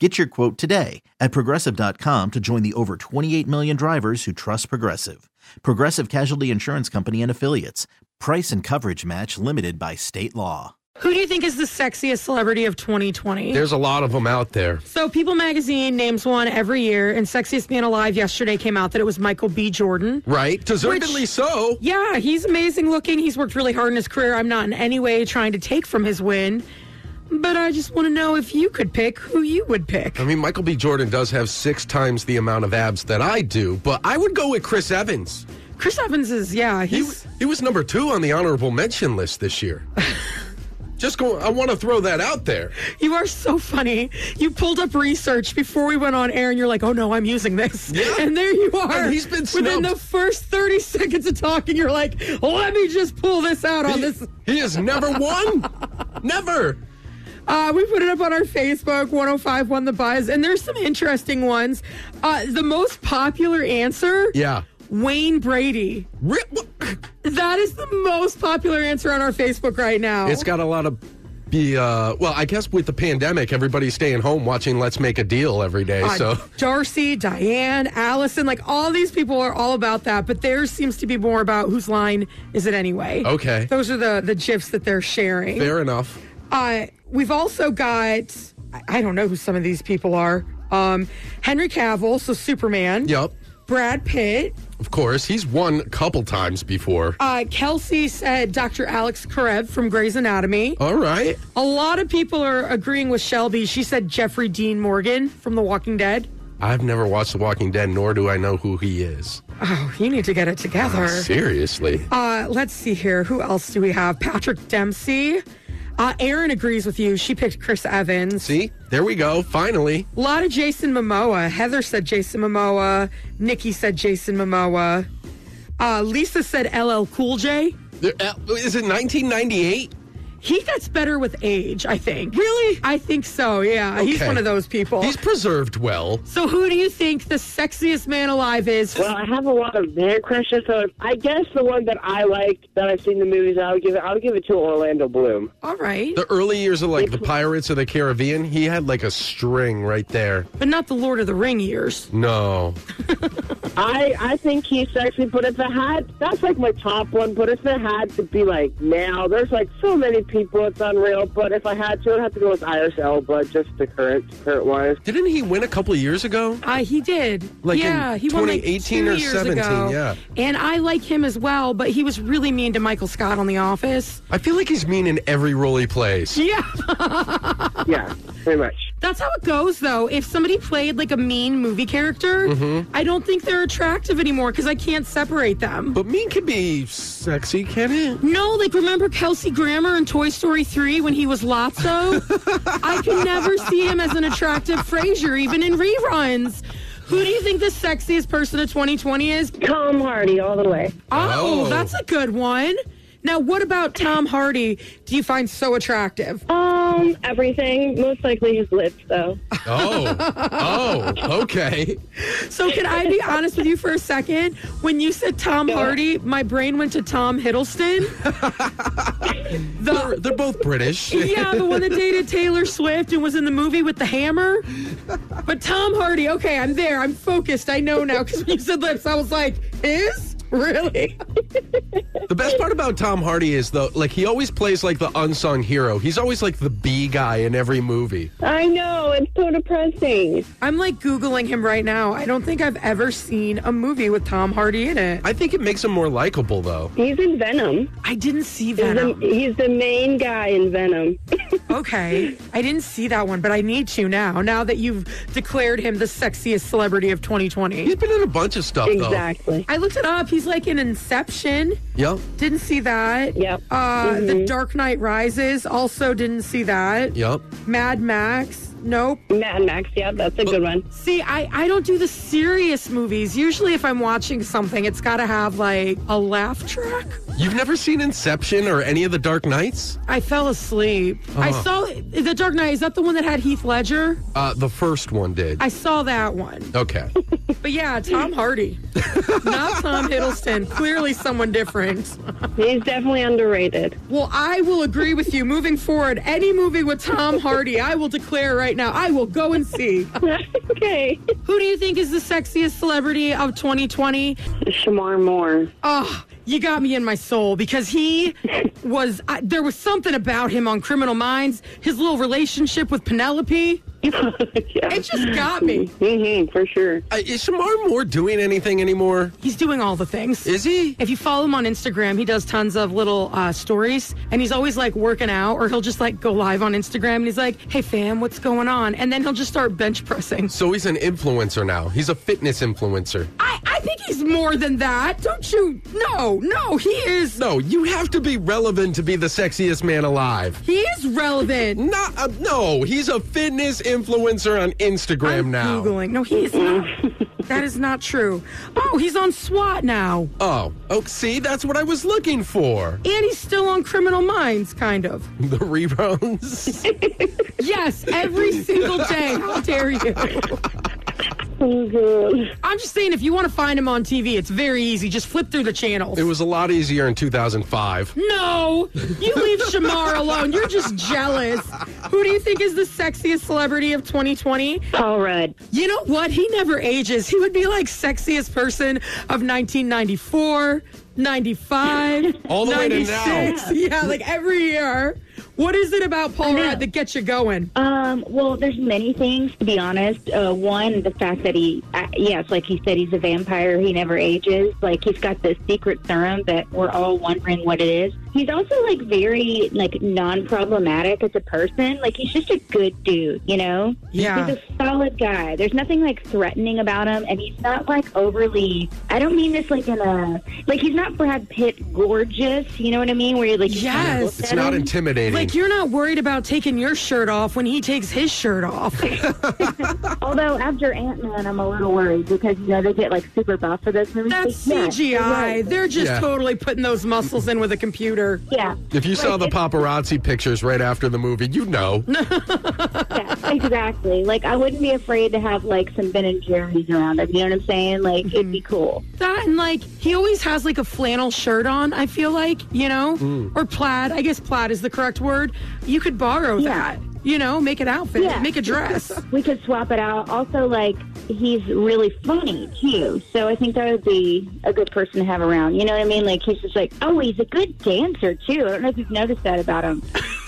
Get your quote today at progressive.com to join the over 28 million drivers who trust Progressive. Progressive Casualty Insurance Company and Affiliates. Price and coverage match limited by state law. Who do you think is the sexiest celebrity of 2020? There's a lot of them out there. so People magazine names one every year, and Sexiest Man Alive yesterday came out that it was Michael B. Jordan. Right? Deservedly so. Yeah, he's amazing looking. He's worked really hard in his career. I'm not in any way trying to take from his win, but I just want to know if you could pick who you would pick. I mean, Michael B. Jordan does have six times the amount of abs that I do, but I would go with Chris Evans. Chris Evans is, yeah, He, he's. he was number two on the honorable mention list this year. Just go, I want to throw that out there. You are so funny. You pulled up research before we went on air, and you're like, "Oh no, I'm using this." Yeah. And there you are. And he's been within snubbed. the first 30 seconds of talking. You're like, "Let me just pull this out on He, this." he has never won. never. Uh, we put it up on our Facebook, 1051 The Buzz, and there's some interesting ones. Uh, the most popular answer, Yeah. Wayne Brady. Re- wha- That is the most popular answer on our Facebook right now. It's got a lot of. Be, uh, well, I guess with the pandemic, everybody's staying home watching Let's Make a Deal every day. Uh, so Darcy, Diane, Allison, like all these people are all about that, but theirs seems to be more about whose line is it anyway. Okay. Those are the the gifs that they're sharing. fair enough. Uh, we've also got I- I don't know who some of these people are. Um, Henry Cavill, so Superman. Yep. Brad Pitt. Of course, he's won a couple times before. Uh, Kelsey said Dr. Alex Karev from Grey's Anatomy. All right. A lot of people are agreeing with Shelby. She said Jeffrey Dean Morgan from The Walking Dead. I've never watched The Walking Dead, nor do I know who he is. Oh, you need to get it together. Ah, Seriously. Uh, let's see here. Who else do we have? Patrick Dempsey. Uh, Aaron agrees with you. She picked Chris Evans. See, there we go. Finally. A lot of Jason Momoa. Heather said Jason Momoa. Nikki said Jason Momoa. Uh, Lisa said LL Cool J. There- uh, Is it 1998? He gets better with age, I think. Really? I think so, yeah. He's Okay. one of those people. He's preserved well. so, who do you think the sexiest man alive is? Well, I have a lot of man crushes, so I guess the one that I like that I've seen in the movies, I would give it. I would give it to Orlando Bloom. All right. The early years of like the Pirates of the Caribbean, he had like a string right there. But not the Lord of the Ring years. No. I I think he's sexy, but if it had, that's like my top one. But if it had to be like now, there's like so many people, it's unreal. But if I had to, I'd have to go with Iris Elba, just the current current wise. Didn't he win a couple of years ago? Uh, he did. Like yeah, in he won like 2018 two or years 17, ago. yeah. And I like him as well, but he was really mean to Michael Scott on The Office. I feel like he's mean in every role he plays. Yeah. Yeah, pretty much. That's how it goes, though. If somebody played like a mean movie character, Mm-hmm. I don't think they're attractive anymore because I can't separate them. But mean can be sexy, can it? No, like remember Kelsey Grammer in Toy Story 3 when he was Lotso? I could never see him as an attractive Frasier, even in reruns. Who do you think the sexiest person of 2020 is? Tom Hardy all the way. Oh, Oh. that's a good one. Now, what about Tom Hardy do you find so attractive? Um, everything. Most likely his lips, though. Oh. oh, okay. So, can I be honest with you for a second? When you said Tom Hardy, my brain went to Tom Hiddleston. the, They're both British. yeah, the one that dated Taylor Swift and was in the movie with the hammer. But Tom Hardy, okay, I'm there. I'm focused. I know now because when you said lips, I was like, his? Really? The best part about Tom Hardy is though, like he always plays like the unsung hero. He's always like the B guy in every movie. I know. It's so depressing. I'm like Googling him right now. I don't think I've ever seen a movie with Tom Hardy in it. I think it makes him more likable though. He's in Venom. I didn't see He's the, Venom. he's the main guy in Venom. Okay. I didn't see that one, but I need to now, now that you've declared him the sexiest celebrity of 2020. He's been in a bunch of stuff exactly. I looked it up. He's like in Inception. though. Yep. Didn't see that. Yep. Uh, The Dark Knight Rises. Also didn't see that. Yep. Mad Max. Nope. Mad Max. Yeah, that's a good one. See, I, I don't do the serious movies. Usually, if I'm watching something, it's got to have like a laugh track. You've never seen Inception or any of the Dark Knights? I fell asleep. I saw The Dark Knight. Is that the one that had Heath Ledger? Uh, the first one did. I saw that one. Okay. Uh, But yeah, Tom Hardy. Not Tom Hiddleston. Clearly, someone different. He's definitely underrated. Well, I will agree with you. Moving forward, any movie with Tom Hardy, I will declare right now, I will go and see. okay. Who do you think is the sexiest celebrity of 2020? Shamar Moore. Oh, you got me in my soul because he was, I, there was something about him on Criminal Minds, his little relationship with Penelope. yeah. It just got me. hmm for sure. Uh, is Shamar Moore doing anything anymore? He's doing all the things. Is he? If you follow him on Instagram, he does tons of little uh, stories, and he's always like working out, or he'll just like go live on Instagram, and he's like, "Hey fam, what's going on?" And then he'll just start bench pressing. So he's an influencer now. He's a fitness influencer. I, I think he's more than that, don't you? No, no, he is. No, you have to be relevant to be the sexiest man alive. He is relevant. Not uh, no, he's a fitness influencer on Instagram I'm now. Googling. No, he is not. that is not true. Oh, he's on SWAT now, Oh, oh, see, that's what I was looking for. and he's still on Criminal Minds, kind of. The reruns. Yes, every single day. How dare you? Oh, God. I'm just saying, if you want to find him on TV, it's very easy. Just flip through the channels. it was a lot easier in 2005. No, you leave Shamar alone. You're just jealous. Who do you think is the sexiest celebrity of 2020? Paul Rudd. You know what? He never ages. He would be like sexiest person of 1994, 95, All the way to 96. Yeah, like every year. What is it about Paul Rudd that gets you going? Um, well, there's many things to be honest. Uh, one, the fact that he, uh, yes, like he said, he's a vampire. He never ages. Like he's got this secret serum that we're all wondering what it is. He's also like very like non-problematic as a person. Like he's just a good dude, you know. Yeah. He's a solid guy. There's nothing like threatening about him, and he's not like overly. I don't mean this like in a like he's not Brad Pitt gorgeous. You know what I mean? Where you're like you kinda Yes. look It's at not him. intimidating. Like, you're not worried about taking your shirt off when he takes his shirt off. Although after Ant Man, I'm a little worried because you know they get like super buff for those movies. That's Yeah, CGI. right. They're just Yeah. totally putting those muscles in with a computer. Yeah, if you saw the paparazzi pictures right after the movie, you know. yeah, exactly. Like I wouldn't be afraid to have like some Ben and Jerry's around them. You know what I'm saying? Like it'd Mhm. be cool. That and like he always has like a flannel shirt on, I feel like, you know, or plaid. I guess plaid is the correct word. You could borrow Yeah. that, you know, make an outfit, Yeah. make a dress. We could swap it out. Also, like he's really funny too, so I think that would be a good person to have around. You know what I mean? Like he's just like, oh, he's a good dancer too. I don't know if you've noticed that about him.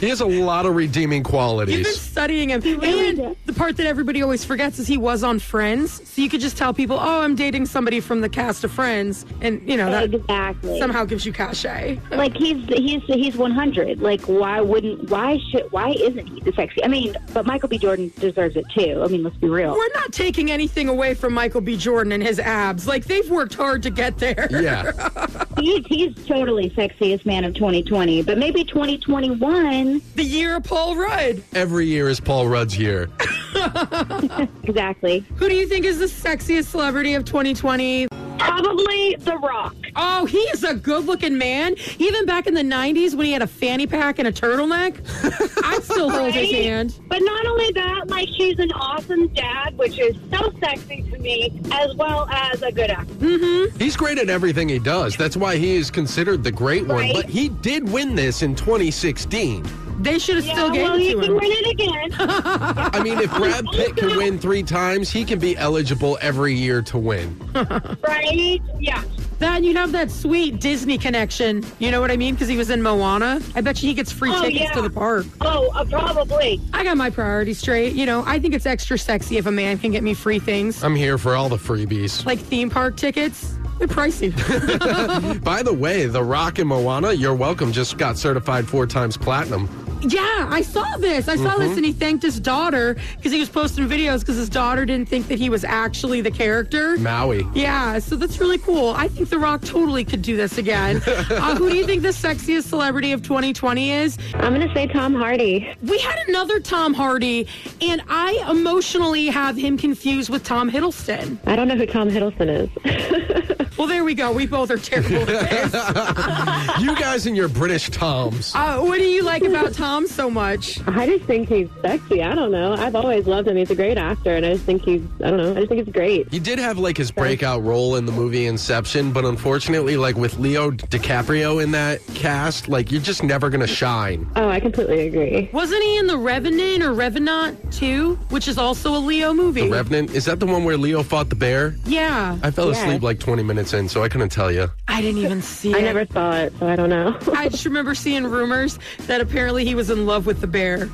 He has a lot of redeeming You've been qualities. studying him. really and did. the part that everybody always forgets is he was on Friends. So you could just tell people, oh, I'm dating somebody from the cast of Friends. And, you know, that Exactly. somehow gives you cachet. like he's he's he's 100 like why wouldn't why should why isn't he the sexy i mean but michael b jordan deserves it too i mean let's be real We're not taking anything away from Michael B. Jordan and his abs. Like, they've worked hard to get there. yeah. he's, he's totally sexiest man of 2020 but maybe 2021 The year of Paul Rudd. Every year is Paul Rudd's year. exactly Who do you think is the sexiest celebrity of 2020? Probably The Rock. Oh, he is a good looking man. Even back in the 90s when he had a fanny pack and a turtleneck, I'd still hold his Right? hand. But not only that, like he's an awesome dad, which is so sexy to me, as well as a good actor. He's great at everything he does. That's why he is considered the great one. Right. But he did win this in 2016. They should have still well, he gave it can to win him. it again. I mean, if Brad Pitt can win three times, he can be eligible every year to win. right? Yeah. Then you have that sweet Disney connection. You know what I mean? Because he was in Moana. I bet you he gets free Oh, tickets yeah. to the park. Oh, uh, probably. I got my priorities straight. You know, I think it's extra sexy if a man can get me free things I'm here for all the freebies. like theme park tickets. They're pricey. By the way, The Rock and Moana, You're Welcome just got certified four times platinum. yeah, I saw this. I saw Mm-hmm. this, and he thanked his daughter because he was posting videos because his daughter didn't think that he was actually the character. Maui. Yeah, so that's really cool. I think The Rock totally could do this again. uh, who do you think the sexiest celebrity of 2020 is? I'm going to say Tom Hardy. We had another Tom Hardy, and I emotionally have him confused with Tom Hiddleston. I don't know who Tom Hiddleston is. Well, there we go. We both are terrible. at this. You guys and your British Toms. uh, what do you like about Tom so much? I just think he's sexy. I don't know. I've always loved him. He's a great actor, and I just think he's, I don't know, I just think he's great. He did have like his breakout role in the movie Inception, but unfortunately, like with Leo DiCaprio in that cast, like you're just never gonna shine. Oh, I completely agree. Wasn't he in The Revenant or Revenant 2, which is also a Leo movie? The Revenant, is that the one where Leo fought the bear? yeah. I fell Yeah. asleep like 20 minutes in, so I couldn't tell you. I didn't even see it. I never saw it, so I don't know. I just remember seeing rumors that apparently he was in love with the bear.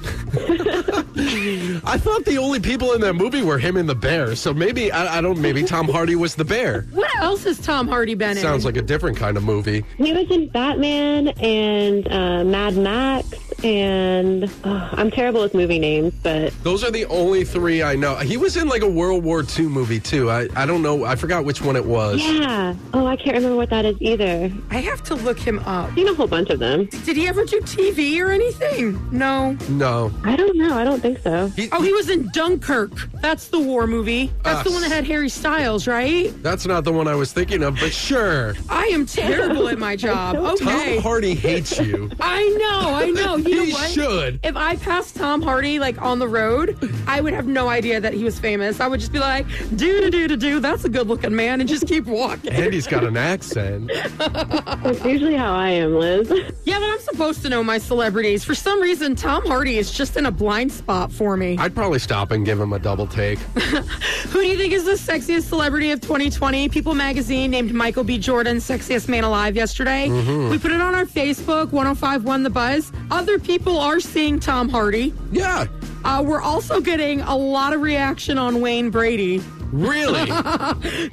I thought the only people in that movie were him and the bear, so maybe, I, I don't, maybe Tom Hardy was the bear. What else has Tom Hardy been in? Sounds like a different kind of movie. he was in Batman and uh, Mad Max, and oh, I'm terrible with movie names, but Those are the only three I know. He was in like a World War II movie too. I, I don't know. I forgot which one it was. yeah. Oh, I can't remember what that is either. I have to look him up. I've seen a whole bunch of them. Did he ever do TV or anything? No. No. I don't know. I don't think so. He, Oh, he was in Dunkirk. That's the war movie. That's the Us. one that had Harry Styles, right? that's not the one I was thinking of, but sure. I am terrible at my job. Okay. Tom Hardy hates you. I know, I know. You he know what? should. If I passed Tom Hardy like on the road, I would have no idea that he was famous. I would just be like, do do do do do. That's a good looking man, and just keep walking. And he's got an accent. That's usually how I am, Liz. Yeah, but I'm supposed to know my celebrities. For some reason, Tom Hardy is just in a blind spot for me. I'd probably stop and give him a double take. Who do you think is the sexiest celebrity of 2020? People magazine named Michael B. Jordan sexiest man alive yesterday. We put it on our Facebook, 1051 The Buzz. Other people are seeing Tom Hardy. Yeah, Uh, we're also getting a lot of reaction on Wayne Brady. really.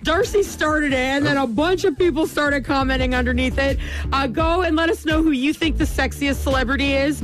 Darcy started it, and then a bunch of people started commenting underneath it. Uh, go and let us know who you think the sexiest celebrity is.